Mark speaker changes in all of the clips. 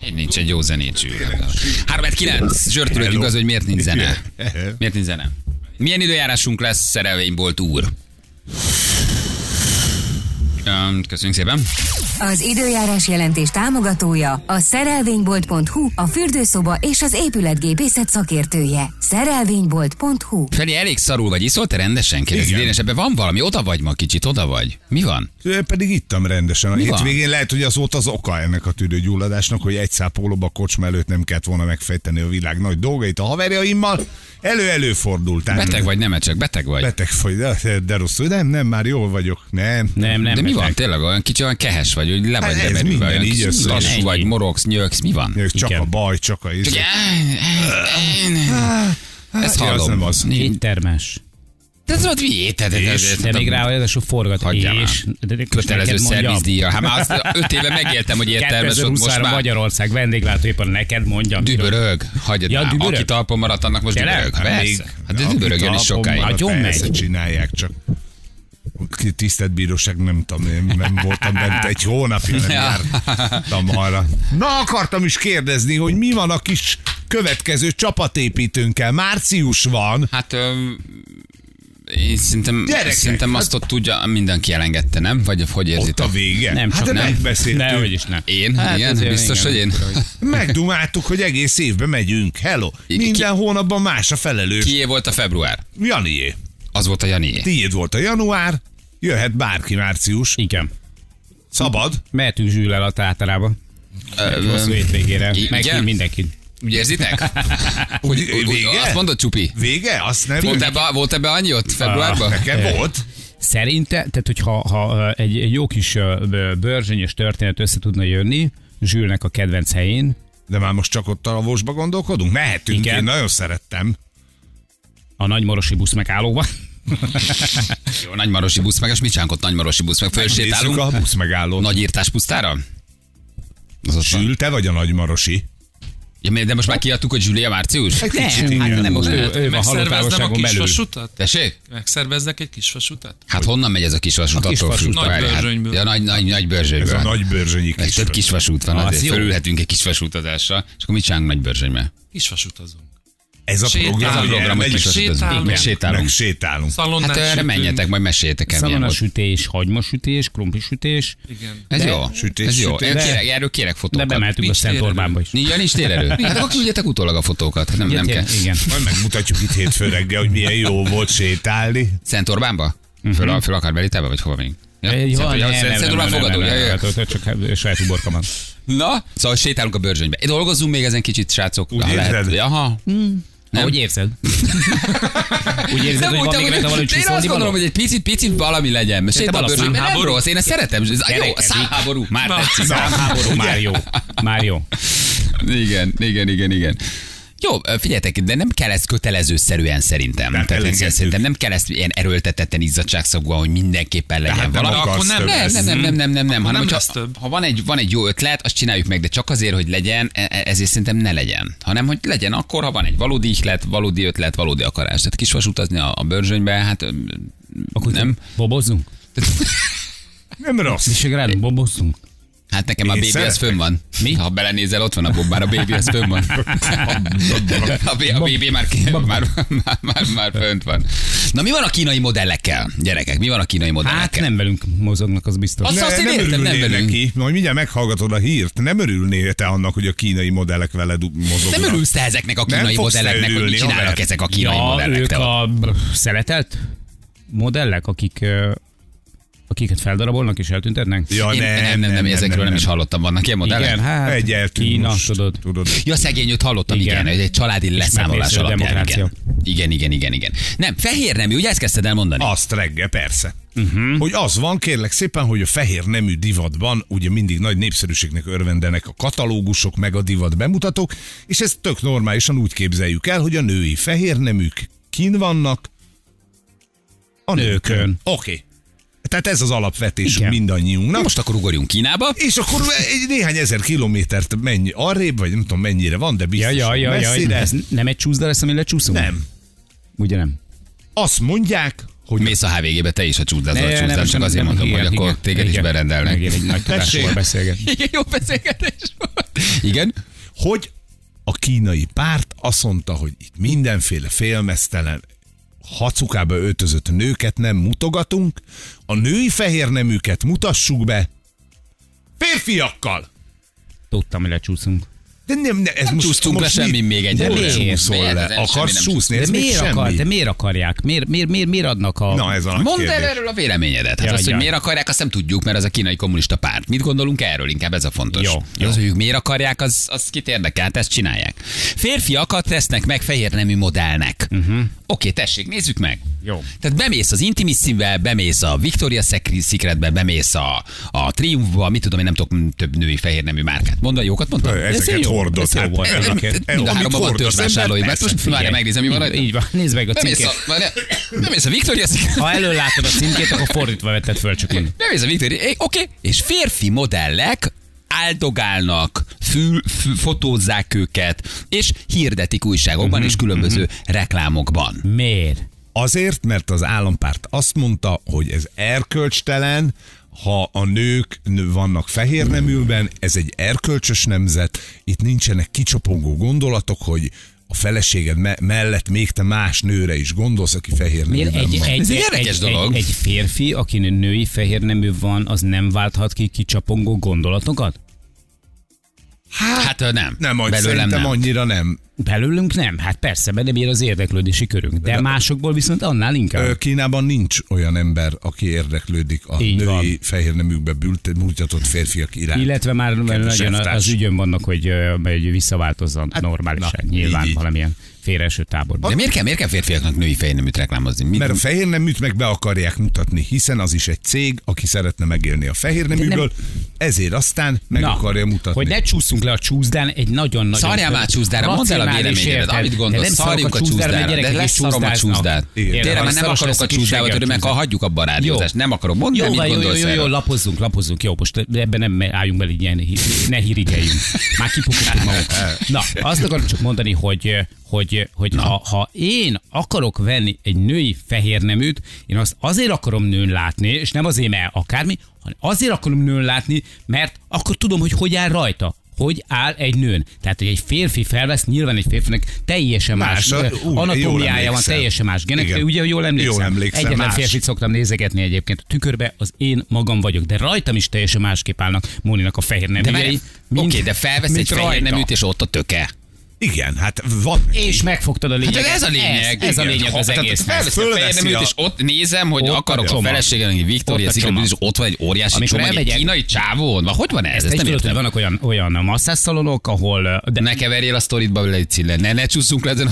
Speaker 1: Hogy nincs egy jó zenécsű. 3 9 zsörtülöttünk az, hogy miért nincs zene. Miért nincs zene? Milyen időjárásunk lesz, szerelvénybolt úr? Öm, Köszönjük szépen.
Speaker 2: Az időjárás jelentés támogatója a szerelvénybolt.hu, a fürdőszoba és az épületgépészet szakértője. Szerelvénybolt.hu
Speaker 1: Feli, elég szarul vagy, iszol te rendesen? Kérdezi
Speaker 3: Igen.
Speaker 1: Dénes, ebben van valami, oda vagy ma kicsit, oda vagy. Mi van?
Speaker 3: Ö, Pedig ittam rendesen. A
Speaker 1: Mi van?
Speaker 3: hétvégén lehet, hogy az volt az oka ennek a tüdőgyulladásnak, hogy egy szápólóba kocsma előtt nem kellett volna megfejteni a világ nagy dolgait a haverjaimmal. Elő-elő fordult. ám.
Speaker 1: Beteg vagy, nem csak beteg vagy.
Speaker 3: Beteg vagy, de, de rosszul. Nem, nem, már jól vagyok. Nem.
Speaker 4: Nem, nem.
Speaker 1: De mi
Speaker 4: beteg.
Speaker 1: van tényleg? Olyan kicsi, olyan kehes vagy, hogy le
Speaker 3: Hát
Speaker 1: vagy
Speaker 3: ez
Speaker 1: lemerülve.
Speaker 3: minden
Speaker 1: Olyan
Speaker 3: így
Speaker 1: kicsi
Speaker 3: össze.
Speaker 1: Lassú
Speaker 4: Ennyi.
Speaker 1: vagy, morogsz, nyögsz, mi van?
Speaker 3: Csak
Speaker 4: Igen.
Speaker 3: a baj, csak a íz.
Speaker 1: Ezt
Speaker 3: Ja, az
Speaker 1: hallom.
Speaker 3: nem az.
Speaker 1: Nincs.
Speaker 4: Éttermes.
Speaker 1: De ez ott viéted.
Speaker 4: De még rá, hogy ez a forgat.
Speaker 1: Hagyjál már.
Speaker 4: és, de, de,
Speaker 1: Kötelező
Speaker 4: neked mondjam.
Speaker 1: szervizdíja. Hát már azt öt éve megéltem, hogy értelmes ott most
Speaker 4: 2023
Speaker 1: már.
Speaker 4: Magyarország vendéglátóipar, neked mondjam.
Speaker 1: Dübörög, hagyjad
Speaker 4: Ja,
Speaker 1: már.
Speaker 4: dübörög?
Speaker 1: Aki talpon maradt, annak most
Speaker 4: Tényleg?
Speaker 1: dübörög.
Speaker 4: Hát
Speaker 1: Persze.
Speaker 3: még-
Speaker 1: Hát de
Speaker 3: aki
Speaker 1: dübörögjön is
Speaker 3: talpon
Speaker 1: sokáig. Hát,
Speaker 3: maradt,
Speaker 4: Agyon megy.
Speaker 3: Persze csinálják, csak Ki- tisztelt bíróság, nem tudom, én nem voltam bent egy hónapig, nem
Speaker 1: Ja.
Speaker 3: jártam arra. Na, akartam is kérdezni, hogy mi van a kis következő csapatépítőnkkel. Március van.
Speaker 1: Hát öm, én szerintem,
Speaker 3: Gyerekek,
Speaker 1: szerintem azt ott tudja, mindenki elengedte, nem? Vagy hogy
Speaker 3: Ott
Speaker 1: érzitek?
Speaker 3: a vége.
Speaker 4: Nem,
Speaker 3: hát
Speaker 4: csak
Speaker 3: de
Speaker 4: nem.
Speaker 3: megbeszéltünk.
Speaker 4: Ne, hogy is ne.
Speaker 1: Én? Hát
Speaker 4: Hát
Speaker 1: igen?
Speaker 4: azért
Speaker 1: Biztos,
Speaker 4: igen.
Speaker 1: hogy én?
Speaker 3: Megdumáltuk, hogy egész évben megyünk. Hello.
Speaker 1: Igen,
Speaker 3: Minden hónapban más a felelős.
Speaker 1: Kié volt a február?
Speaker 3: Janié.
Speaker 1: Az volt a Janié.
Speaker 3: Tiéd volt a január, jöhet bárki március.
Speaker 4: Igen.
Speaker 3: Szabad.
Speaker 4: Mehetünk zsűlel általában. Egy hosszú hétvégére.
Speaker 1: igen?
Speaker 4: Meghív mindenkit.
Speaker 1: Úgy érzitek? Hogy, hogy, hogy
Speaker 3: Vége?
Speaker 1: azt mondod, Csupi?
Speaker 3: Vége? Azt nem...
Speaker 1: Volt ebbe, volt ebbe annyi ott februárban?
Speaker 3: Nekem volt.
Speaker 4: Szerinte, tehát hogyha ha ö, egy, egy jó kis ö, ö, bőrzsönyös történet össze tudna jönni, Zsülnek a kedvenc helyén,
Speaker 3: De már most csak ott a vosba gondolkodunk? Mehetünk, Igen.
Speaker 4: Igen.
Speaker 3: én nagyon szerettem.
Speaker 4: a nagymorosi busz megállóban.
Speaker 1: Jó, nagymarosi busz meg, és mit csinálunk ott nagymarosi busz meg?
Speaker 3: Nézzük
Speaker 1: Fölsétálunk
Speaker 3: a busz megállót. Nagy...
Speaker 1: nagy írtás pusztára? Az ott van.
Speaker 3: Zsül, te vagy a nagymarosi?
Speaker 1: Ja, miért, de most már kiadtuk, hogy Zsüli a március?
Speaker 3: Egy kicsit, igen.
Speaker 4: nem most ő, ő van
Speaker 5: Megszerveznem a
Speaker 4: halottávolságon belül.
Speaker 5: kisvasutat?
Speaker 1: Tessék?
Speaker 5: Megszerveznek egy kisvasutat?
Speaker 1: Hát honnan megy ez a kisvasút?
Speaker 4: A
Speaker 1: Attól
Speaker 4: kisvasút.
Speaker 1: függ,
Speaker 5: Nagy
Speaker 1: várj, hát-
Speaker 5: Börzsönyből.
Speaker 1: Ja, nagy, nagy, nagy
Speaker 3: Ez a
Speaker 1: bőrzsönyből.
Speaker 3: nagybőrzsönyi
Speaker 1: Mert
Speaker 3: kis.
Speaker 1: több kisvasút van,
Speaker 4: Az
Speaker 1: azért
Speaker 4: jó.
Speaker 1: fölülhetünk egy kisvasutadással, és akkor mit csinálunk nagy bőrzsönybe?
Speaker 5: Kisvasutazunk.
Speaker 3: Ez a
Speaker 5: Sétál-
Speaker 3: program,
Speaker 1: Ez a
Speaker 3: hogy
Speaker 1: program, hogy
Speaker 3: elmegyünk,
Speaker 1: kisvasutazunk.
Speaker 5: sétálunk.
Speaker 1: Meg sétálunk.
Speaker 3: meg sétálunk.
Speaker 5: Szalonnát
Speaker 1: Hát erre
Speaker 5: sütünk.
Speaker 1: menjetek, majd meséljetek el, milyen volt.
Speaker 4: Szalonasütés, hagymasütés, krumplisütés,
Speaker 5: Igen.
Speaker 1: Ez
Speaker 4: De-
Speaker 1: jó.
Speaker 3: Sütés,
Speaker 1: ez jó.
Speaker 3: sütés.
Speaker 1: Én
Speaker 4: De-
Speaker 1: kérek, erről kérek
Speaker 4: de
Speaker 1: fotókat.
Speaker 4: bemeltünk a
Speaker 5: Nincs
Speaker 4: Szent
Speaker 5: térerő.
Speaker 4: Orbánba is.
Speaker 1: Nincs, nincs térerő. Hát akkor küldjetek utólag a fotókat, hát nem, nem kell.
Speaker 4: Igen, Igen.
Speaker 3: Majd megmutatjuk itt hétfő reggel, hogy milyen jó volt sétálni.
Speaker 1: Szent Orbánba? Föl, föl akár Belitába, vagy hova megyünk? Ja,
Speaker 4: Egy
Speaker 1: Szent-
Speaker 4: van,
Speaker 1: ja,
Speaker 4: nem,
Speaker 1: Szent-
Speaker 4: nem,
Speaker 1: Szent
Speaker 4: nem,
Speaker 1: Orbán
Speaker 4: nem, nem,
Speaker 1: fogadó,
Speaker 4: nem,
Speaker 1: ja,
Speaker 4: nem,
Speaker 1: ja.
Speaker 4: hát ott- ott Csak hát, saját uborka van.
Speaker 1: Na, szóval sétálunk a bőrzsönybe. Dolgozzunk még ezen kicsit, srácok.
Speaker 3: Úgy
Speaker 1: ha
Speaker 3: érzed?
Speaker 1: lehet. Ja, Aha. Nem?
Speaker 4: Ahogy érzed. Úgy érzed,
Speaker 1: Nem,
Speaker 4: hogy van
Speaker 1: úgy,
Speaker 4: még
Speaker 1: ahogy-
Speaker 4: rajta valami
Speaker 1: Én azt
Speaker 4: csiszolni
Speaker 1: gondolom,
Speaker 4: való?
Speaker 1: hogy egy picit, picit valami legyen. Mert sétál a
Speaker 4: valami
Speaker 1: bőrzsönybe. Nem
Speaker 4: számháború?
Speaker 1: rossz, én ezt szeretem. Ez- Jó,
Speaker 4: Gyerekedik.
Speaker 1: számháború. Már tetszik.
Speaker 4: Háború már jó. Már jó.
Speaker 1: Igen, igen, igen, igen. Jó, figyeljetek, de nem kell ezt kötelezőszerűen szerintem.
Speaker 3: Nem,
Speaker 1: Tehát
Speaker 3: elengedjük.
Speaker 1: szerintem nem kell ezt ilyen erőltetetten izzadságszagúan, hogy mindenképpen legyen
Speaker 3: hát nem
Speaker 1: valami.
Speaker 3: akarsz
Speaker 1: Akkor nem,
Speaker 3: több
Speaker 1: nem,
Speaker 3: lesz.
Speaker 1: nem, nem, nem, nem, nem, nem, hanem
Speaker 5: nem
Speaker 1: hogyha,
Speaker 5: lesz több.
Speaker 1: ha van egy, van egy jó ötlet, azt csináljuk meg, de csak azért, hogy legyen, e- e- ezért szerintem ne legyen. Hanem, hogy legyen akkor, ha van egy valódi ihlet, valódi ötlet, valódi akarás. Tehát kisvas utazni a, a bőrzsönybe, hát öm,
Speaker 4: Akkor
Speaker 1: nem.
Speaker 4: Bobozzunk?
Speaker 3: Nem rossz.
Speaker 4: Visegrád, bobozzunk?
Speaker 1: Hát nekem a
Speaker 3: Én
Speaker 1: baby az
Speaker 3: szeretek.
Speaker 1: fönn van. Mi? Ha belenézel, ott van a bobbár, a baby az fönn van. A, b- a baby már, ki- már, már, már, már fönt van. Na mi van a kínai modellekkel, gyerekek? Mi van a kínai
Speaker 4: Hát
Speaker 1: modellekkel?
Speaker 4: nem velünk mozognak, az biztos.
Speaker 1: Azt-
Speaker 3: Ne,
Speaker 1: én
Speaker 3: nem
Speaker 1: értem, nem
Speaker 3: örülnél
Speaker 1: velünk.
Speaker 3: neki, majd mindjárt meghallgatod a hírt, nem örülnél te annak, hogy a kínai modellek veled mozognak.
Speaker 1: nem örülsz te ezeknek a
Speaker 3: Nem
Speaker 1: kínai
Speaker 3: fogsz te
Speaker 1: modelleknek, hogy mit
Speaker 3: örülni,
Speaker 1: csinálnak
Speaker 3: haver.
Speaker 1: ezek a kínai modellek?
Speaker 4: ők
Speaker 1: Te ott?
Speaker 4: a br- szeretelt modellek, akik ö, akiket feldarabolnak és eltüntetnek?
Speaker 3: Ja,
Speaker 1: Én-
Speaker 3: nem,
Speaker 1: nem, nem, nem, ezekről nem is hallottam. Vannak ilyen modellek?
Speaker 4: Igen, hát
Speaker 3: Egy eltűnt
Speaker 4: Kína,
Speaker 3: most,
Speaker 4: tudod.
Speaker 3: tudod.
Speaker 1: Ja, szegény, őt hallottam, igen, igen
Speaker 4: Igen.
Speaker 1: hogy egy családi leszámolás
Speaker 4: megnéző
Speaker 1: alapján. Igen.
Speaker 4: demokrácia.
Speaker 1: igen, igen, igen, igen. Nem, fehér nemű, ugye ezt kezdted el mondani?
Speaker 3: Azt reggel, persze. Uh-huh. Hogy az van, kérlek szépen, hogy a fehér nemű divatban ugye mindig nagy népszerűségnek örvendenek a katalógusok, meg a divat bemutatók, és ezt tök normálisan úgy képzeljük el, hogy a női fehér neműk kin vannak a nőkön.
Speaker 4: Nőkön.
Speaker 3: Oké. Okay. Tehát ez az alapvetésünk
Speaker 4: Igen.
Speaker 3: mindannyiunknak.
Speaker 1: Most akkor ugorjunk Kínába.
Speaker 3: És akkor egy néhány ezer kilométert menj arrébb, vagy nem tudom mennyire van, de
Speaker 4: Ja,
Speaker 3: biztos
Speaker 4: ja, ja, ja,
Speaker 3: messzire.
Speaker 4: ez nem egy csúszda lesz, ami lecsúszunk?
Speaker 3: Nem.
Speaker 4: Ugye nem?
Speaker 3: Azt mondják, hogy
Speaker 1: Mész a HVG-be, te is a csúszdázol,
Speaker 4: Ne,
Speaker 1: a
Speaker 4: nem,
Speaker 1: csúszdázol, csak
Speaker 4: nem,
Speaker 1: azért
Speaker 4: nem,
Speaker 1: mondom,
Speaker 4: igen,
Speaker 1: hogy akkor
Speaker 4: igen,
Speaker 1: téged is
Speaker 4: igen.
Speaker 1: berendelnek.
Speaker 4: Megint egy nagy tudásról
Speaker 3: Tessék.
Speaker 4: beszélget.
Speaker 1: Igen, jó beszélgetés volt. Igen?
Speaker 3: hogy a kínai párt azt mondta, hogy itt mindenféle félmeztelen hacukába öltözött nőket nem mutogatunk, a női fehérneműket mutassuk be férfiakkal.
Speaker 4: Tudtam, hogy lecsúszunk.
Speaker 3: De nem, nem ez most,
Speaker 1: csúsztunk
Speaker 3: most
Speaker 1: le semmin még egyelőre.
Speaker 3: Most
Speaker 4: Miért?
Speaker 3: csúszol
Speaker 1: Miért?
Speaker 3: le.
Speaker 1: Ezen semmi
Speaker 3: Akarsz
Speaker 1: nem
Speaker 3: csúszni?
Speaker 4: De
Speaker 3: Ez még
Speaker 4: miért, akar,
Speaker 3: semmi.
Speaker 4: de miért akarják? Miért, miért, miért, miért adnak a...
Speaker 3: Na, ez a nagy
Speaker 1: Mondd el
Speaker 3: kérdés.
Speaker 1: erről a véleményedet. Hát
Speaker 4: Ja,
Speaker 1: azt, hogy
Speaker 4: ja.
Speaker 1: miért akarják, azt nem tudjuk, mert az a kínai kommunista párt. Mit gondolunk erről? Inkább ez a fontos.
Speaker 4: Jó, jó.
Speaker 1: Az, hogy ők miért akarják, az, az kit érdekel, hát ezt csinálják. Férfiakat tesznek meg fehér nemű modellnek. Uh-huh. Oké, tessék, nézzük meg.
Speaker 4: Jó.
Speaker 1: Tehát bemész az Intimissimbe, bemész a Victoria Secret- Secretbe, bemész a, a Triumphba, mit tudom, én nem tudok m- több női fehér nemű márkát. Mondani, jókat mondtam?
Speaker 3: Ö, Ezeket
Speaker 4: Ez jó.
Speaker 3: hordod.
Speaker 4: Ez jó
Speaker 3: Hát,
Speaker 4: volt
Speaker 3: ez-
Speaker 4: egyébként.
Speaker 3: ez-
Speaker 1: Mind a
Speaker 3: amit
Speaker 1: háromban van
Speaker 3: hord az
Speaker 1: törzsvásárlói,
Speaker 3: ember,
Speaker 1: mert most
Speaker 4: Figyelj.
Speaker 1: már megnézem, mi van rajta.
Speaker 4: Így van, nézd meg a
Speaker 1: Bemész
Speaker 4: címkét.
Speaker 1: a, várjál, bemész a Victoria Secret.
Speaker 4: Ha elől látod a címkét, akkor fordítva vetted föl csak én.
Speaker 1: Nem ez a Viktor, oké, okay. és férfi modellek áldogálnak, fül, fül, fotózzák őket, és hirdetik újságokban
Speaker 4: Mhm,
Speaker 1: és különböző reklámokban.
Speaker 4: Miért?
Speaker 3: Azért, mert az állampárt azt mondta, hogy ez erkölcstelen, ha a nők nő- vannak fehér neműben, ez egy erkölcsös nemzet, itt nincsenek kicsapongó gondolatok, hogy a feleséged me- mellett még te más nőre is gondolsz, aki fehér
Speaker 4: Miért
Speaker 3: neműben
Speaker 4: egy,
Speaker 3: van.
Speaker 4: egy,
Speaker 1: Ez egy
Speaker 4: egy,
Speaker 1: érdekes
Speaker 4: egy,
Speaker 1: dolog.
Speaker 4: Egy, egy férfi, akin női fehér nemű van, az nem válthat ki kicsapongó gondolatokat?
Speaker 1: Hát ö, nem.
Speaker 3: Nem, hogy
Speaker 1: Belőlem
Speaker 3: szerintem
Speaker 1: nem.
Speaker 3: annyira nem.
Speaker 4: Belőlünk nem, hát persze, benne ér az érdeklődési körünk, de, másokból viszont annál inkább.
Speaker 3: Ö, Kínában nincs olyan ember, aki érdeklődik a
Speaker 4: Így
Speaker 3: női
Speaker 4: van.
Speaker 3: fehér neműkbe bült- múltatott férfiak iránt.
Speaker 4: Illetve már nagyon
Speaker 3: elvtárs.
Speaker 4: az ügyön vannak, hogy, ö, hogy visszaváltozzon hát, normálisan,
Speaker 3: na,
Speaker 4: nyilván
Speaker 3: így, így.
Speaker 4: valamilyen félreeső táborban.
Speaker 1: De miért kell, miért kell férfiaknak női fejneműt reklámozni? Mi,
Speaker 3: Mert a fehér neműt meg be akarják mutatni, hiszen az is egy cég, aki szeretne megélni a fehér neműből, ezért aztán meg Na, akarja mutatni.
Speaker 4: Hogy ne csúszunk le a csúszdán, egy nagyon-nagyon...
Speaker 1: Szarjál már a csúszdára, mondd el a
Speaker 4: racionális
Speaker 1: véleményedet,
Speaker 4: érted.
Speaker 1: amit gondolsz,
Speaker 4: De nem szarok
Speaker 1: szarjunk a
Speaker 4: csúszdára, mert
Speaker 1: csúszdára, de
Speaker 4: gyerekek is
Speaker 1: leszarom a
Speaker 4: csúszdáznak.
Speaker 1: csúszdát.
Speaker 3: Igen.
Speaker 1: Tényleg,
Speaker 4: Tényleg,
Speaker 1: már nem
Speaker 4: szaros
Speaker 1: akarok
Speaker 4: lesz
Speaker 1: a
Speaker 4: kisebbel
Speaker 1: csúszdába törni, mert ha
Speaker 4: csúszdán.
Speaker 1: hagyjuk abba a rádiózást, nem akarok. Mondd
Speaker 4: Jó,
Speaker 1: el,
Speaker 4: van,
Speaker 1: mit
Speaker 4: jó, jó,
Speaker 1: gondolsz
Speaker 4: jó, jó,
Speaker 1: erről.
Speaker 4: lapozzunk, lapozzunk. Jó, most ebben nem álljunk bele így ilyen, hi- ne hirigeljünk. Már kipukottuk magunkat. Na, azt akarom csak mondani, hogy, hogy, hogy ha, ha, én akarok venni egy női fehér neműt, én azt azért akarom nőn látni, és nem azért, mert akármi, hanem azért akarom nőn látni, mert akkor tudom, hogy hogy áll rajta hogy áll egy nőn. Tehát, hogy egy férfi felvesz, nyilván egy férfinek teljesen más,
Speaker 3: Más,
Speaker 4: más
Speaker 3: ú, jól
Speaker 4: anatómiája van,
Speaker 3: emlékszem.
Speaker 4: teljesen más genetika,
Speaker 3: Igen.
Speaker 4: ugye jól emlékszem?
Speaker 3: Jól emlékszem,
Speaker 4: Egyetlen
Speaker 3: más.
Speaker 4: férfi szoktam nézegetni egyébként a tükörbe, az én magam vagyok, de rajtam is teljesen másképp állnak Móninak a fehér
Speaker 1: De
Speaker 4: neműjei.
Speaker 1: várj,
Speaker 4: mint-
Speaker 1: Oké, de felvesz
Speaker 4: mint
Speaker 1: egy fehér
Speaker 4: rajta.
Speaker 1: neműt, és ott a töke.
Speaker 3: Igen, hát van.
Speaker 4: És megfogtad a lényeget.
Speaker 1: Hát ez a lényeg.
Speaker 4: Ez, ez a
Speaker 1: Igen.
Speaker 4: lényeg az
Speaker 1: Tehát
Speaker 4: egész.
Speaker 1: Felveszek a
Speaker 3: Fölveszi
Speaker 1: fejleműt,
Speaker 3: a-
Speaker 1: és ott nézem, hogy
Speaker 4: Ott a
Speaker 1: akarok a
Speaker 4: csomag.
Speaker 1: feleségem, hogy Victoria
Speaker 4: Ott a
Speaker 1: Secret,
Speaker 4: csomag.
Speaker 1: és ott van egy óriási
Speaker 4: Amikor
Speaker 1: csomag, egy
Speaker 4: elmegyek-
Speaker 1: kínai csávón. Vagy hogy van ez?
Speaker 4: Ezt
Speaker 1: Ezt
Speaker 4: egy
Speaker 1: nem
Speaker 4: tudod, hogy
Speaker 1: értem.
Speaker 4: vannak olyan, olyan masszászalonok, ahol... ö, De
Speaker 1: Ne keverjél a sztoritba, légy színe. Ne, ne csúszunk le ezen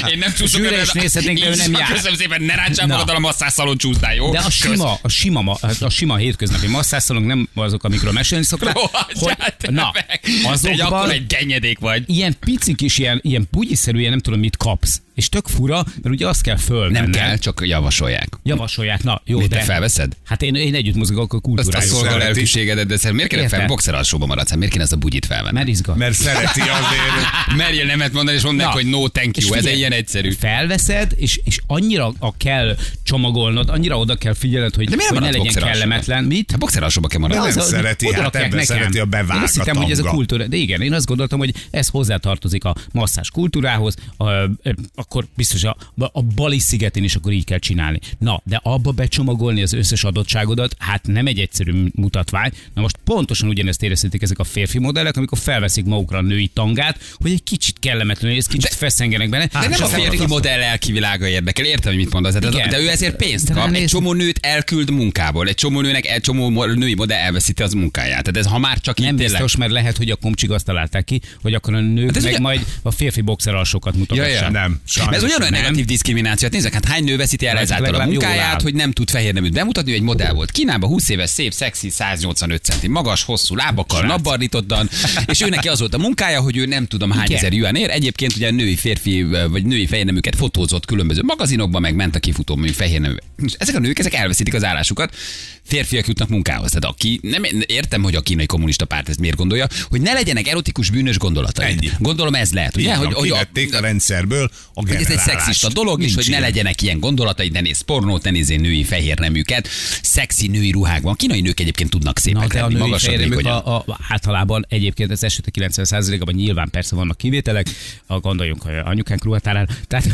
Speaker 1: a... Én nem csúszok
Speaker 4: Zsűre is nézhetnénk, de ő
Speaker 1: Így
Speaker 4: nem
Speaker 1: van,
Speaker 4: jár.
Speaker 1: Köszönöm szépen, ne rácsál
Speaker 4: Na.
Speaker 1: magad a masszászalon csúszdál, jó?
Speaker 4: De a sima, a sima, ma- hát a sima hétköznapi masszászalonok nem azok, amikről mesélni szoktak.
Speaker 1: Hogy,
Speaker 4: na,
Speaker 1: hát Egy akkor
Speaker 4: azokban
Speaker 1: egy genyedék vagy.
Speaker 4: ilyen pici kis, ilyen, ilyen bugyiszerű, ilyen nem tudom mit kapsz. És tök fura, mert ugye azt kell föl.
Speaker 1: Nem kell, csak javasolják.
Speaker 4: Javasolják, na jó,
Speaker 1: Mit,
Speaker 4: de...
Speaker 1: te felveszed?
Speaker 4: Hát én, én együtt mozgok, akkor
Speaker 1: Azt a
Speaker 4: kultúrájú.
Speaker 1: szolga
Speaker 3: szereti.
Speaker 1: lelkűségedet, de szerintem miért kéne
Speaker 4: Érted?
Speaker 1: fel? Boxer alsóba maradsz, hát miért kéne ezt a bugyit felvenni?
Speaker 4: Mert izgat.
Speaker 3: Mert szereti azért.
Speaker 1: Merjél nemet mondani, és mondd meg,
Speaker 4: Na.
Speaker 1: hogy no, thank
Speaker 4: És
Speaker 1: you. Ez
Speaker 4: figyelj,
Speaker 1: egy ilyen egyszerű.
Speaker 4: Felveszed, és, és annyira a kell csomagolnod, annyira oda kell figyelned, hogy,
Speaker 1: De miért
Speaker 4: hogy
Speaker 1: van
Speaker 4: ne
Speaker 1: ott
Speaker 4: legyen
Speaker 1: boxer alsó?
Speaker 4: kellemetlen. Mit?
Speaker 1: Hát boxer alsóba kell maradni.
Speaker 3: Nem
Speaker 4: az a-
Speaker 3: szereti,
Speaker 4: oda
Speaker 3: hát
Speaker 4: rakják
Speaker 3: ebben
Speaker 4: nekem.
Speaker 3: szereti a bevág,
Speaker 4: Én azt
Speaker 3: a
Speaker 4: hittem, hogy ez a
Speaker 3: tanga.
Speaker 4: kultúra. De igen, én azt gondoltam, hogy ez hozzátartozik a masszás kultúrához, a, ö, akkor biztos a, a Bali szigetén is akkor így kell csinálni. Na, de abba becsomagolni az összes adottságodat, hát nem egy egyszerű mutatvány. Na most pontosan ugyanezt érezhetik ezek a férfi modellek, amikor felveszik magukra a női tangát, hogy egy kicsit kellemetlenül és kicsit feszengenek benne.
Speaker 1: De
Speaker 4: Hát, És
Speaker 1: nem a
Speaker 4: aztán-
Speaker 1: férfi modell lelkivilága érdekel, értem, hogy mit mondasz. De,
Speaker 4: Igen.
Speaker 1: de ő ezért pénzt
Speaker 4: De
Speaker 1: kap. Egy
Speaker 4: ránéz-
Speaker 1: csomó nőt elküld munkából. Egy csomó nőnek, egy csomó mo- női modell elveszíti az munkáját. Tehát ez ha már csak
Speaker 4: Nem
Speaker 1: így tényleg.
Speaker 4: biztos, mert lehet, hogy a komcsik azt találták ki, hogy akkor a nők
Speaker 1: Hát ez
Speaker 4: meg
Speaker 1: ugye-
Speaker 4: majd a férfi boxeralsokat mutatják.
Speaker 1: Ja, ja.
Speaker 3: Nem,
Speaker 1: Mert ez
Speaker 3: sajnos.
Speaker 1: ugyanolyan
Speaker 4: nem.
Speaker 1: negatív diszkrimináció. Hát nézzek, hát hány nő veszíti el
Speaker 4: Hát
Speaker 1: ezáltal a
Speaker 4: legalább jól áll.
Speaker 1: munkáját, hogy nem tud fehér neműt bemutatni, ő egy modell volt. Kínában 20 éves, szép, szexi, 185 centi, magas, hosszú lábakkal, napbarnitottan, és ő neki az volt a munkája, hogy ő nem tudom hány
Speaker 4: Igen.
Speaker 1: ezer yuan ér. Egyébként ugye női férfi vagy női fehér neműket fotózott különböző magazinokban, meg ment a kifutó mű fehér nemű. És Ezek a nők, ezek elveszítik az állásukat, férfiak jutnak munkához. Tehát aki, nem értem, hogy a kínai kommunista párt ezt miért gondolja, hogy ne legyenek erotikus bűnös gondolataid.
Speaker 3: Ennyi.
Speaker 1: Gondolom ez lehet, ugye?
Speaker 3: Így
Speaker 1: Hogy,
Speaker 3: van,
Speaker 1: hogy a,
Speaker 3: kivették a rendszerből a a
Speaker 1: hogy ez egy
Speaker 3: generálást.
Speaker 1: szexista dolog, és
Speaker 3: Nincs
Speaker 1: hogy ne
Speaker 3: ilyen.
Speaker 1: legyenek ilyen gondolataid, ne nézz pornót, ne nézzél női fehér neműket, szexi női ruhákban. Kinai nők egyébként tudnak szépek
Speaker 4: Na, de a
Speaker 1: lenni,
Speaker 4: női
Speaker 1: magasabbik,
Speaker 4: férjemük a, a, általában egyébként az esetek 90%-ban nyilván persze vannak kivételek, a, gondoljunk a anyukánk ruhatárára, tehát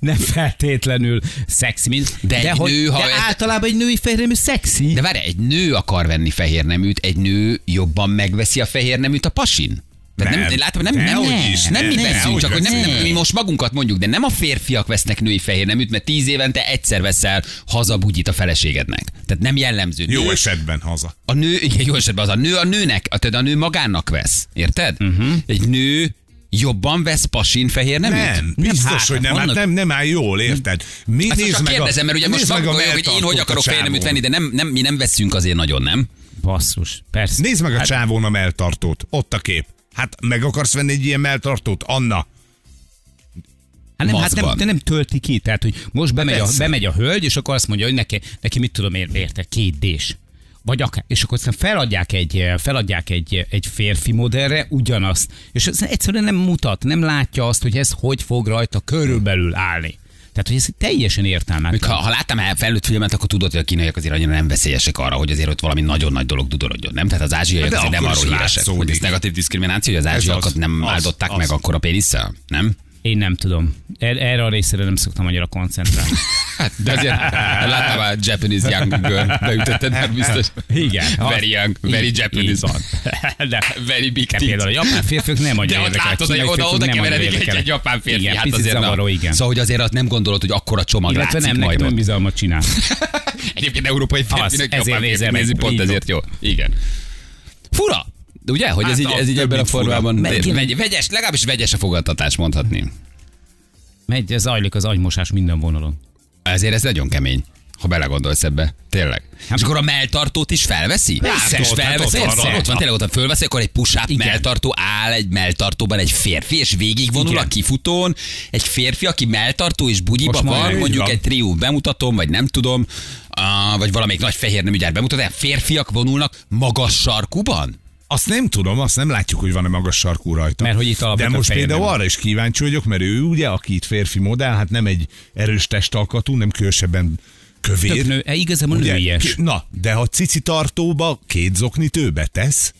Speaker 4: nem feltétlenül szexi, mint,
Speaker 1: De egy
Speaker 4: hogy,
Speaker 1: nő, ha
Speaker 4: de
Speaker 1: ez-
Speaker 4: általában egy női férjemű szexi.
Speaker 1: De
Speaker 4: De
Speaker 1: várj, egy nő akar venni fehér neműt, egy nő jobban megveszi a fehér neműt a pasin. Tehát nem,
Speaker 3: Nem.
Speaker 1: nem, látom, nem, nem,
Speaker 3: Dehogy
Speaker 1: nem,
Speaker 3: is,
Speaker 1: nem,
Speaker 3: nem,
Speaker 1: mi veszünk,
Speaker 3: dehogy
Speaker 1: csak hogy nem, nem,
Speaker 3: veszünk.
Speaker 1: mi most magunkat mondjuk, de nem a férfiak vesznek női fehér neműt, mert tíz évente egyszer veszel haza bugyit a feleségednek. Tehát nem jellemző.
Speaker 3: Jó
Speaker 1: Nő-
Speaker 3: esetben haza.
Speaker 1: a nő, igen, jó esetben az a nő a nőnek, a, tehát a nő magának vesz. Érted?
Speaker 3: Mhm.
Speaker 1: Uh-huh. Egy nő jobban vesz pasin fehér neműt?
Speaker 3: Nem, biztos,
Speaker 1: hát,
Speaker 3: hogy nem,
Speaker 1: vannak-
Speaker 3: hát nem, nem áll jól, érted? Mi
Speaker 1: Ezt
Speaker 3: nézd
Speaker 1: csak
Speaker 3: meg
Speaker 1: kérdezem, mert ugye most
Speaker 3: nézd
Speaker 1: van
Speaker 3: meg
Speaker 1: hogy
Speaker 3: a
Speaker 1: én hogy
Speaker 3: melltartót
Speaker 1: akarok
Speaker 3: a
Speaker 1: fehér neműt
Speaker 3: csávón.
Speaker 1: venni, de nem, nem, mi nem veszünk azért nagyon, nem?
Speaker 4: basszus, persze.
Speaker 3: Nézd meg a
Speaker 1: Hát-
Speaker 3: csávón a melltartót, ott a kép. Hát meg akarsz venni egy ilyen melltartót, Anna?
Speaker 4: Hát nem, hát nem,
Speaker 1: Mazban.
Speaker 4: de nem tölti ki, tehát hogy most
Speaker 1: Hát
Speaker 4: bemegy, a,
Speaker 3: persze.
Speaker 4: bemegy a hölgy, és akkor azt mondja, hogy neki, neki mit tudom én, érte, két dés. Vagy akár, és akkor aztán feladják egy, eh, feladják egy, egy férfi modellre ugyanazt. És ez egyszerűen nem mutat, nem látja azt, hogy ez hogy fog rajta körülbelül állni. Tehát, hogy ez teljesen
Speaker 3: Hát
Speaker 4: értelmetlen.
Speaker 1: Mondjuk, ha, ha láttam el felnőtt filmet, akkor tudod, hogy a kínaiak azért annyira nem veszélyesek arra, hogy azért ott valami nagyon nagy dolog dudorodjon, nem? Tehát az ázsiaiak
Speaker 3: Hát De
Speaker 1: azért nem
Speaker 3: akkor is
Speaker 1: arról híresek.
Speaker 3: látszódik.
Speaker 1: Hogy ez negatív diszkrimináció, hogy az
Speaker 3: az,
Speaker 1: ázsiakat nem
Speaker 3: az,
Speaker 1: áldották
Speaker 3: az.
Speaker 1: meg akkor a pénisszel, nem?
Speaker 4: Én nem tudom. Er- Erre a részére nem szoktam annyira koncentrálni.
Speaker 1: Hát, de azért láttam a Japanese young girl, beütötted már biztos.
Speaker 4: Igen.
Speaker 1: Very young, very
Speaker 4: Így-
Speaker 1: Japanese.
Speaker 4: így. De
Speaker 1: Very big
Speaker 4: De
Speaker 1: tits.
Speaker 4: például a japán férfiök nem
Speaker 1: De
Speaker 4: annyira
Speaker 1: ott
Speaker 4: érdekelnek.
Speaker 1: látod, hogy
Speaker 4: kínai
Speaker 1: oda,
Speaker 4: férfiak
Speaker 1: oda
Speaker 4: nem annyira
Speaker 1: keveredik egy,
Speaker 4: érdekelnek.
Speaker 1: egy japán férfi.
Speaker 4: Igen,
Speaker 1: hát
Speaker 4: picit
Speaker 1: azért
Speaker 4: zavaró,
Speaker 1: na.
Speaker 4: igen.
Speaker 1: Szóval, hogy azért azt nem gondolod, hogy akkora csomag
Speaker 4: Illetve
Speaker 1: látszik
Speaker 4: nem,
Speaker 1: majd
Speaker 4: nekem
Speaker 1: ott.
Speaker 4: önbizalmat csinál.
Speaker 1: Egyébként európai férfinak
Speaker 4: ezért
Speaker 1: japán
Speaker 4: nézem
Speaker 1: férfi nézi,
Speaker 4: meg.
Speaker 1: pont
Speaker 4: Így
Speaker 1: ezért jó. Igen. Fura! De ugye, hogy ez
Speaker 3: Hát
Speaker 1: így,
Speaker 3: az
Speaker 1: ez így
Speaker 3: több,
Speaker 1: ebben a
Speaker 3: mint fura.
Speaker 1: formában
Speaker 4: Meg-
Speaker 1: vegy, vegyes, legalábbis vegyes a fogadtatás mondhatni.
Speaker 4: Megy, ez zajlik az agymosás minden vonalon.
Speaker 1: Ezért ez nagyon kemény, ha belegondolsz ebbe. Tényleg. Hát, és akkor a melltartót is felveszi?
Speaker 3: Persze,
Speaker 1: és
Speaker 3: ott- hát
Speaker 1: felveszi.
Speaker 3: ott van,
Speaker 1: Ott, van,
Speaker 3: ott
Speaker 1: ott van,
Speaker 3: van.
Speaker 1: tényleg ott van, fölveszi, akkor egy push-up
Speaker 4: Igen.
Speaker 1: melltartó áll egy melltartóban egy férfi, és végigvonul
Speaker 4: Igen.
Speaker 1: a kifutón. Egy férfi, aki melltartó és bugyiba
Speaker 4: Most már
Speaker 1: van,
Speaker 4: így
Speaker 1: mondjuk
Speaker 3: van.
Speaker 1: egy triumf bemutatón, vagy nem tudom, á, vagy valamelyik nagy fehér nem ügyár bemutatón, férfiak vonulnak magas sarkuban?
Speaker 3: Azt nem tudom, azt nem látjuk, hogy van-e magas sarkú rajta.
Speaker 4: Mert hogy itt
Speaker 3: De
Speaker 4: alapvetően
Speaker 3: most
Speaker 4: fehér
Speaker 3: például
Speaker 4: nem.
Speaker 3: arra is kíváncsi vagyok, mert ő ugye, aki itt férfi modell, hát nem egy erős testalkatú, nem különösebben kövér.
Speaker 4: Tök nő, e, igazából
Speaker 3: Ugye,
Speaker 4: nőies.
Speaker 3: ki- Na, de ha cici tartóba két zoknit ő betesz,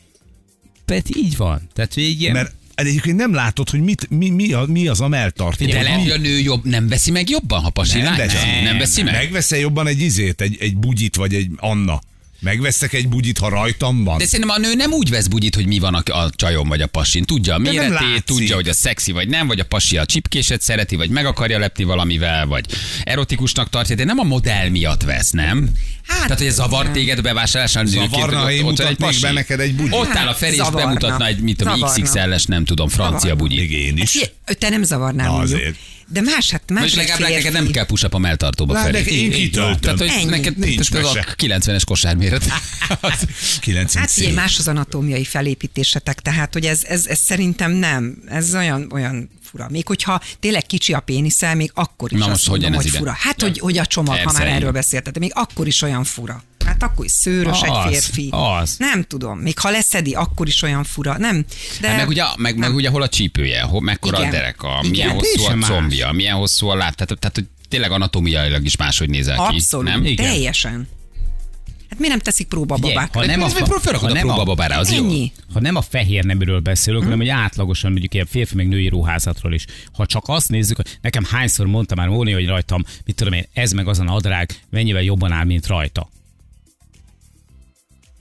Speaker 4: Tehát így van. Tehát így ilyen,
Speaker 3: mert egyébként nem látod, hogy mit, mi, mi, a, mi az a melltartó.
Speaker 1: De
Speaker 3: hogy
Speaker 1: lehet,
Speaker 3: mi-
Speaker 1: hogy a nő jobb, nem veszi meg jobban, ha pasi
Speaker 3: Nem,
Speaker 1: lány?
Speaker 3: veszi.
Speaker 1: nem veszi meg?
Speaker 3: Megveszel jobban egy izét, egy, egy bugyit, vagy egy Anna. Megvesztek egy bugyit, ha rajtam van.
Speaker 1: De szerintem a nő nem úgy vesz bugyit, hogy mi van a, a csajon vagy a pasin. Tudja a
Speaker 3: nem
Speaker 1: méretét,
Speaker 3: látszik.
Speaker 1: tudja, hogy a szexi vagy nem, vagy a pasi a csipkéset szereti, vagy meg akarja lepni valamivel, vagy erotikusnak tartja, de nem a modell miatt vesz, nem? Hát, Tehát, hogy ez zavar téged a bevásárlásnál nőként,
Speaker 3: Zavarna,
Speaker 1: hogy
Speaker 3: én
Speaker 1: van egy
Speaker 3: mutatnék
Speaker 1: pasi.
Speaker 3: be neked egy bugyit.
Speaker 1: Ott áll a Feri, és
Speaker 6: Hát, Zavarna.
Speaker 1: bemutatna egy, mit tudom,
Speaker 6: Zavarna.
Speaker 1: XXL-es, nem tudom, francia
Speaker 6: Zavarna.
Speaker 1: bugyit.
Speaker 3: Még én is.
Speaker 6: Fie, te nem zavarnál,
Speaker 3: Na,
Speaker 6: mondjuk.
Speaker 3: azért.
Speaker 6: De más, hát
Speaker 1: Na
Speaker 6: más
Speaker 1: és
Speaker 6: egy
Speaker 1: legalább neked
Speaker 6: férfi.
Speaker 1: nem kell push-up a melltartóba
Speaker 3: Lát,
Speaker 1: Feri.
Speaker 3: de én
Speaker 1: Így van.
Speaker 3: kitöltöm.
Speaker 1: Tehát, hogy
Speaker 6: Ennyi.
Speaker 1: neked
Speaker 3: Nincs
Speaker 1: tehát az a
Speaker 3: mese.
Speaker 1: 90-es kosárméret.
Speaker 6: Hát
Speaker 3: 90
Speaker 6: figyelj,
Speaker 3: szép.
Speaker 6: más az anatómiai felépítésetek, tehát hogy ez, ez, ez szerintem nem, ez olyan, olyan fura. Még hogyha tényleg kicsi a péniszel, még akkor is
Speaker 1: Na
Speaker 6: azt
Speaker 1: most
Speaker 6: mondom,
Speaker 1: hogyan ez
Speaker 6: hogy
Speaker 1: ide?
Speaker 6: fura. Hát,
Speaker 1: Ja.
Speaker 6: hogy, hogy a csomag, ha
Speaker 1: Persze,
Speaker 6: már
Speaker 1: igen.
Speaker 6: erről beszéltet, de még akkor is olyan fura. Hát akkor is szőrös
Speaker 4: Az,
Speaker 6: egy férfi.
Speaker 4: az.
Speaker 6: Nem tudom, még ha leszedi, akkor is olyan fura. Nem, de...
Speaker 1: Hát meg ugye, meg, meg ugye hol a csípője, hol, mekkora Igen.
Speaker 6: Igen.
Speaker 1: a dereka,
Speaker 6: Igen,
Speaker 1: milyen
Speaker 4: hát
Speaker 1: hosszú a
Speaker 4: teljesen más.
Speaker 1: combja, milyen hosszú a láb, tehát, tehát hogy tényleg anatómiailag is máshogy nézel ki.
Speaker 6: Abszolút,
Speaker 1: Nem?
Speaker 4: Igen.
Speaker 6: teljesen. Hát miért nem teszik próbababákra?
Speaker 4: ha nem a,
Speaker 1: Ez még felrakod
Speaker 4: ha
Speaker 1: a
Speaker 4: nem a,
Speaker 1: próbababára, az jó.
Speaker 6: Ennyi.
Speaker 4: ha nem a fehér neműről beszélünk, hanem hogy átlagosan mondjuk ilyen férfi meg női ruházatról is. Ha csak azt nézzük, hogy nekem hányszor mondta már Móni, hogy rajtam, mit tudom én, ez meg az a nadrág mennyivel jobban áll, mint rajta.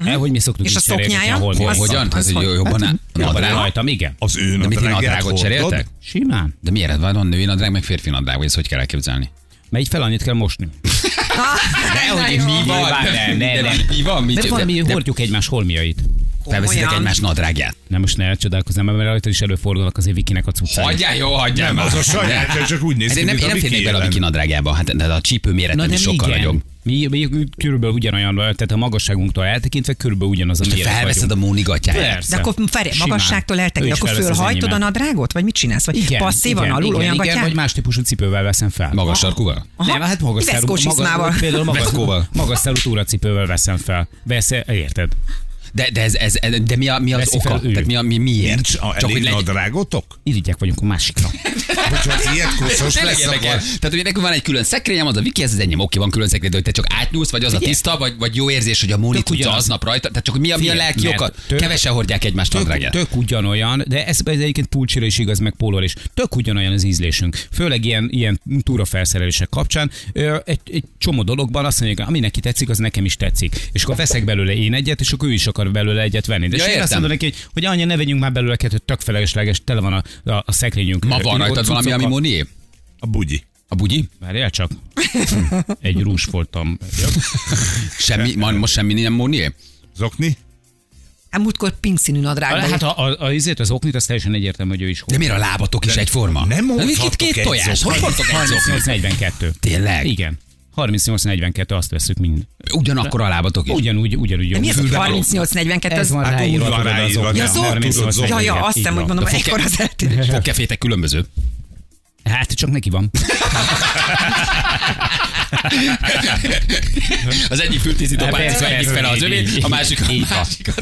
Speaker 4: E, hogy mi szoktunk
Speaker 6: Mhm. És
Speaker 4: így
Speaker 6: a
Speaker 4: cserélgetni,
Speaker 6: szoknyája?
Speaker 4: hol mi
Speaker 1: Hol,
Speaker 6: Az-
Speaker 4: van.
Speaker 1: hogyan? Tehát,
Speaker 6: az
Speaker 1: hogy
Speaker 6: hogy-
Speaker 1: jobban áll.
Speaker 4: Hát, Jobban áll
Speaker 1: Nadrág?
Speaker 4: rajtam, igen.
Speaker 3: Az ő
Speaker 1: De mit, ti nadrágot
Speaker 3: nadrágját
Speaker 1: cseréltek?
Speaker 4: Simán.
Speaker 1: De miért van, van női nadrág, meg férfi nadrág, vagy ezt hogy kell elképzelni?
Speaker 4: Mert így fel annyit kell mosni.
Speaker 6: De,
Speaker 4: Nyilván nem, nem, nem.
Speaker 1: Mi van? Mi
Speaker 4: De valami
Speaker 1: de-
Speaker 4: hordjuk egymás holmiait.
Speaker 1: Felveszitek
Speaker 6: Komolyan?
Speaker 1: egymás nadrágját.
Speaker 4: Nem most ne csodálkozzam, mert rajta is előfordulnak azért Vikinek a cuccai.
Speaker 1: Hagyjál, jó, hagyjál
Speaker 3: Nem,
Speaker 1: már.
Speaker 3: az a saját,
Speaker 1: Ne.
Speaker 3: ez csak úgy néz
Speaker 1: Hát
Speaker 3: ki,
Speaker 1: én nem,
Speaker 3: mint
Speaker 1: én
Speaker 3: a
Speaker 1: nem férnék
Speaker 3: Viki
Speaker 1: bele a
Speaker 3: ellen.
Speaker 1: Viki nadrágjába, hát de a csípő méretem is sokkal
Speaker 4: igen.
Speaker 1: nagyobb.
Speaker 4: Mi, mi körülbelül ugyanolyan, tehát a magasságunktól eltekintve körülbelül ugyanaz a
Speaker 1: Te
Speaker 4: méret
Speaker 1: felveszed a
Speaker 4: vagyunk.
Speaker 1: Móni gatyáját.
Speaker 4: Persze.
Speaker 6: de akkor Feri,
Speaker 4: Simán.
Speaker 6: magasságtól
Speaker 4: Ő
Speaker 6: eltekint,
Speaker 4: is
Speaker 6: akkor
Speaker 4: felvesz az
Speaker 6: fölhajtod a
Speaker 4: enyémet.
Speaker 6: nadrágot, vagy mit csinálsz? Vagy
Speaker 4: igen,
Speaker 6: passzívan
Speaker 4: igen,
Speaker 6: alul
Speaker 4: igen,
Speaker 6: olyan
Speaker 4: igen,
Speaker 6: gatyán?
Speaker 4: vagy más típusú cipővel veszem fel.
Speaker 1: Magas sarkúval?
Speaker 6: Aha.
Speaker 4: Nem, hát magas
Speaker 6: Veszkós
Speaker 4: szárú,
Speaker 6: iszmával.
Speaker 4: magas, például magas,
Speaker 1: Veszkóval.
Speaker 4: magas szárú túracipővel veszem fel. Vesz, érted?
Speaker 1: De, de, ez, ez, de mi, a, mi az
Speaker 4: Veszi fel
Speaker 1: oka?
Speaker 4: ő.
Speaker 1: Tehát mi, a, mi miért?
Speaker 3: Nincs a,
Speaker 1: Csak, hogy
Speaker 3: elég
Speaker 1: legyen-
Speaker 3: nadrágotok?
Speaker 4: Irigyek vagyunk a másikra.
Speaker 3: Hogyha ilyet koszos
Speaker 1: Tényleg
Speaker 3: lesz,
Speaker 1: érdekel.
Speaker 3: akkor...
Speaker 1: Tehát, hogy nekünk van egy külön szekrényem, az a wiki, ez az enyém, oké, van külön szekrény, de hogy te csak átnyúlsz, vagy az a tiszta, vagy, vagy jó érzés, hogy a móni
Speaker 4: Tök
Speaker 1: tudja
Speaker 4: ugyanaz.
Speaker 1: aznap rajta. Tehát csak mi a, mi a
Speaker 4: Figyelj,
Speaker 1: lelki
Speaker 4: mert
Speaker 1: oka?
Speaker 4: tök-
Speaker 1: Kevesen hordják egymást
Speaker 4: Tök,
Speaker 1: nadrágját.
Speaker 4: tök ugyanolyan, de ez, ez egyébként pulcsira is igaz, meg pólóra is. Tök ugyanolyan az ízlésünk. Főleg ilyen, ilyen túrafelszerelések kapcsán. Ö, Egy, egy csomó dologban azt mondják, ami neki tetszik, az nekem is tetszik. És akkor veszek belőle én egyet, és akkor ő is akar belőle egyet venni. De
Speaker 1: Ja,
Speaker 4: és én azt
Speaker 1: értem.
Speaker 4: mondom neki, hogy, hogy anya, ne vegyünk már belőle kettőt, tök felesleges, tele van a, a, a szekrényünk.
Speaker 1: Ma van rajtad valami, ami Mónié?
Speaker 3: A bugyi.
Speaker 1: A bugyi?
Speaker 4: Várjál csak. Egy rús voltam.
Speaker 1: Semmi, ma, most semmi nem Mónié?
Speaker 3: Zokni?
Speaker 6: Hát múltkor pink színű nadrágban.
Speaker 4: Hát a, a, a, izét, az oknit, az teljesen egyértelmű, hogy ő is
Speaker 1: De miért a lábatok is egyforma?
Speaker 3: nem
Speaker 1: Hát,
Speaker 3: mondhatok
Speaker 1: itt két
Speaker 3: egy
Speaker 1: tojás,
Speaker 3: zoknit.
Speaker 1: hogy mondtok egy zoknit?
Speaker 4: 38-42.
Speaker 1: Tényleg?
Speaker 4: Igen. 38-42, azt veszük mind.
Speaker 1: Ugyanakkor a lábatok is.
Speaker 4: Ugyanúgy, ugyanúgy jó.
Speaker 6: mi az, hogy 38-42?
Speaker 4: hát, Ez
Speaker 6: Az...
Speaker 4: van
Speaker 3: Hát úgy van
Speaker 4: ráírva. tudod,
Speaker 3: ráírva,
Speaker 4: azok.
Speaker 3: de
Speaker 6: Ja,
Speaker 4: Ja,
Speaker 3: nem
Speaker 1: szóval
Speaker 3: tudod,
Speaker 4: 38,
Speaker 3: zokni.
Speaker 6: ja, ja, azt hiszem, hogy
Speaker 4: így van.
Speaker 6: mondom, ekkor az eltérés.
Speaker 1: Fogkefétek különböző.
Speaker 4: Hát csak neki van.
Speaker 1: Az egyik fültisztító
Speaker 4: Hát
Speaker 1: pálcát,
Speaker 4: persze,
Speaker 1: egyik
Speaker 4: persze,
Speaker 1: fele az
Speaker 4: így,
Speaker 1: övé,
Speaker 4: így,
Speaker 1: a másik a
Speaker 4: így van.
Speaker 1: másik.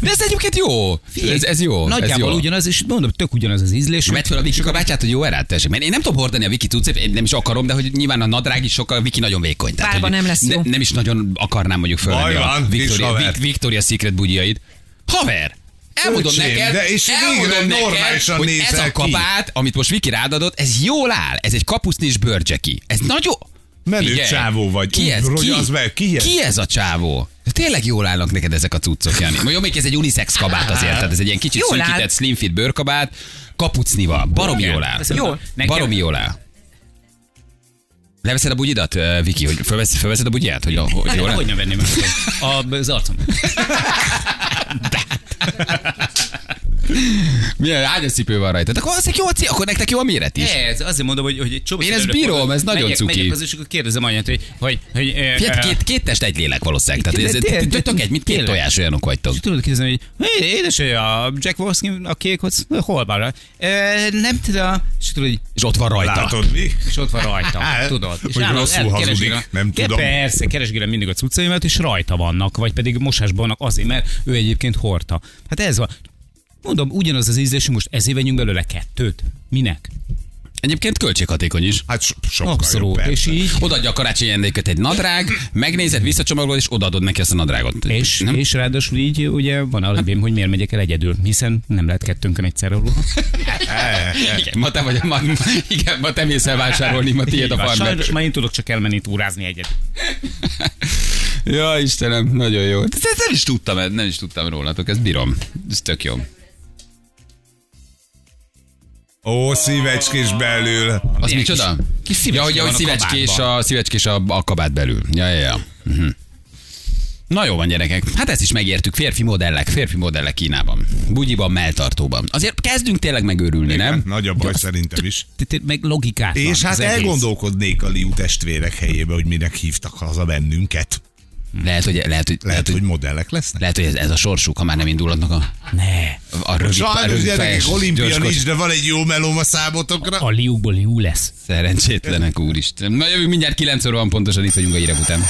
Speaker 1: De ez egyébként jó. Ez, ez jó. ez
Speaker 4: Nagyjából
Speaker 1: jó.
Speaker 4: ugyanaz, és mondom, tök ugyanaz az ízlés.
Speaker 1: Vedd fel a Vikik a bátyát, hogy jó erát tessék. Mert én nem tudom hordani a Viki cuccét, én nem is akarom, de hogy nyilván a nadrág is sokkal, a Viki nagyon vékony. Tehát,
Speaker 6: Párban
Speaker 1: hogy
Speaker 6: nem lesz
Speaker 1: ne,
Speaker 6: jó.
Speaker 1: Nem is nagyon akarnám mondjuk fölvenni
Speaker 3: Baj
Speaker 1: a
Speaker 3: van, kis
Speaker 1: Victoria,
Speaker 3: haver.
Speaker 1: Vic- Victoria Secret bugyjaid. Haver! Elmondom
Speaker 3: Öcsém,
Speaker 1: neked,
Speaker 3: de és végre
Speaker 1: elmondom neked
Speaker 3: normálisan
Speaker 1: hogy ez
Speaker 3: nézel
Speaker 1: a
Speaker 3: ki.
Speaker 1: kabát, amit most Viki rád adott, ez jól áll. Ez egy kapusznis bőrcseki. Ez nagyon...
Speaker 3: Menő
Speaker 1: Figyelj,
Speaker 3: csávó vagy.
Speaker 1: Ki
Speaker 3: Úgy
Speaker 1: ez? Ki?
Speaker 3: rogyazz meg, ki ez?
Speaker 1: ki ez a csávó? De Tényleg jól állnak neked ezek a cuccok, Jani. Jó, még ez egy unisex kabát azért, tehát ez egy ilyen kicsit
Speaker 6: Jól áll.
Speaker 1: szűkített, slim fit bőrkabát, kapucnival, baromi
Speaker 4: Igen.
Speaker 1: jól áll.
Speaker 4: Azt mondom, nekem-
Speaker 1: Baromi jól áll. Leveszed a bugyidat, eh, Viki, hogy fölvesz, fölveszed a bugyját, hogy, hogy jól áll?
Speaker 4: Hogy nem Hát, venném meg a, az arcom.
Speaker 1: Milyen ágyaszipő van rajta? Akkor azt jó a cí- akkor nektek jó a méret is.
Speaker 4: Ez, azért mondom, hogy, hogy egy csomó
Speaker 1: Én
Speaker 4: színűre
Speaker 1: ezt bírom,
Speaker 4: fogom.
Speaker 1: ez nagyon
Speaker 4: megyek,
Speaker 1: cuki.
Speaker 4: Megyek az, és akkor kérdezem anyát, hogy... hogy, hogy ö,
Speaker 1: Figyelj,
Speaker 4: ö,
Speaker 1: két, két test, egy lélek valószínűleg. Tehát
Speaker 4: De
Speaker 1: ez,
Speaker 4: tényleg,
Speaker 1: tök- tök egy, mint két
Speaker 4: tényleg.
Speaker 1: tojás olyanok vagytok.
Speaker 4: És tudod kérdezni, hogy hé, édes, hogy a Jack Wolfskin a kék, hogy hol van? rá? Ö, Nem tudom. És tudod, hogy
Speaker 1: És ott van rajta.
Speaker 3: Látod mi?
Speaker 4: és ott van rajta,
Speaker 3: Hát,
Speaker 4: tudod. És
Speaker 3: hogy
Speaker 4: állandó-
Speaker 3: rosszul
Speaker 4: elkeresgélem-
Speaker 3: hazudik, nem
Speaker 4: Ke-
Speaker 3: tudom.
Speaker 4: Persze, keresgélem mindig a cuccaimat, és rajta vannak, vagy pedig mosásban vannak azért, mert ő egyébként hordta. Hát ez van. Mondom, ugyanaz az ízlésünk, most ezért vegyünk belőle kettőt. Minek?
Speaker 1: Egyébként költséghatékony is.
Speaker 3: Hát so- sokkal
Speaker 4: Abszolút.
Speaker 3: jobb,
Speaker 4: és
Speaker 3: persze.
Speaker 4: így,
Speaker 1: Odaadja a karácsonyi ajándékot egy nadrág, megnézed, visszacsomagolod, és odaadod neki azt a nadrágot.
Speaker 4: és,
Speaker 1: nem?
Speaker 4: és ráadásul így ugye van alibém, hogy miért megyek el egyedül, hiszen nem lehet kettőnkön egyszerre aludni.
Speaker 1: Igen, ma te vagy a ma, igen, ma te mész el vásárolni, ma tiéd a
Speaker 4: Így van,
Speaker 1: farmer.
Speaker 4: Sajnos ma én tudok csak elmenni túrázni egyet.
Speaker 1: Ja, Istenem, nagyon jó. Ezt ezt nem is tudtam, nem is tudtam rólatok, ezt bírom. Ez tök jó.
Speaker 3: Ó, szívecskés belül.
Speaker 1: Az
Speaker 4: Milyen
Speaker 1: micsoda?
Speaker 4: kis- kis szívecske
Speaker 1: ja, hogy,
Speaker 4: van
Speaker 1: hogy
Speaker 4: a
Speaker 1: szívecskés,
Speaker 4: kabátban.
Speaker 1: a, szívecskés a, a kabát belül. Ja, ja, ja. Mhm. Na jó van, gyerekek. Hát ezt is megértük. Férfi modellek, férfi modellek Kínában. Bugyiban, melltartóban. Azért kezdünk tényleg megőrülni, nem?
Speaker 3: Hát Nagy a baj szerintem is.
Speaker 4: Te- te- Meg logikát.
Speaker 3: És hát elgondolkodnék a Liu testvérek helyébe, hogy minek hívtak haza bennünket.
Speaker 1: Lehet, hogy, lehet, hogy,
Speaker 3: Lehet, hogy modellek lesznek.
Speaker 1: Lehet, hogy ez, ez a sorsuk, ha már nem indulhatnak a,
Speaker 4: Ne.
Speaker 1: a rövid, a
Speaker 3: Sajnos
Speaker 1: rövid
Speaker 3: gyerekek,
Speaker 1: fejes
Speaker 3: olimpia
Speaker 1: gyorskocsi.
Speaker 3: nincs, de van egy jó melóm a számotokra.
Speaker 4: A liukból liú lesz.
Speaker 1: Szerencsétlenek, úristen. Na jövünk mindjárt 9 óra van pontosan, itt vagyunk a hírek után.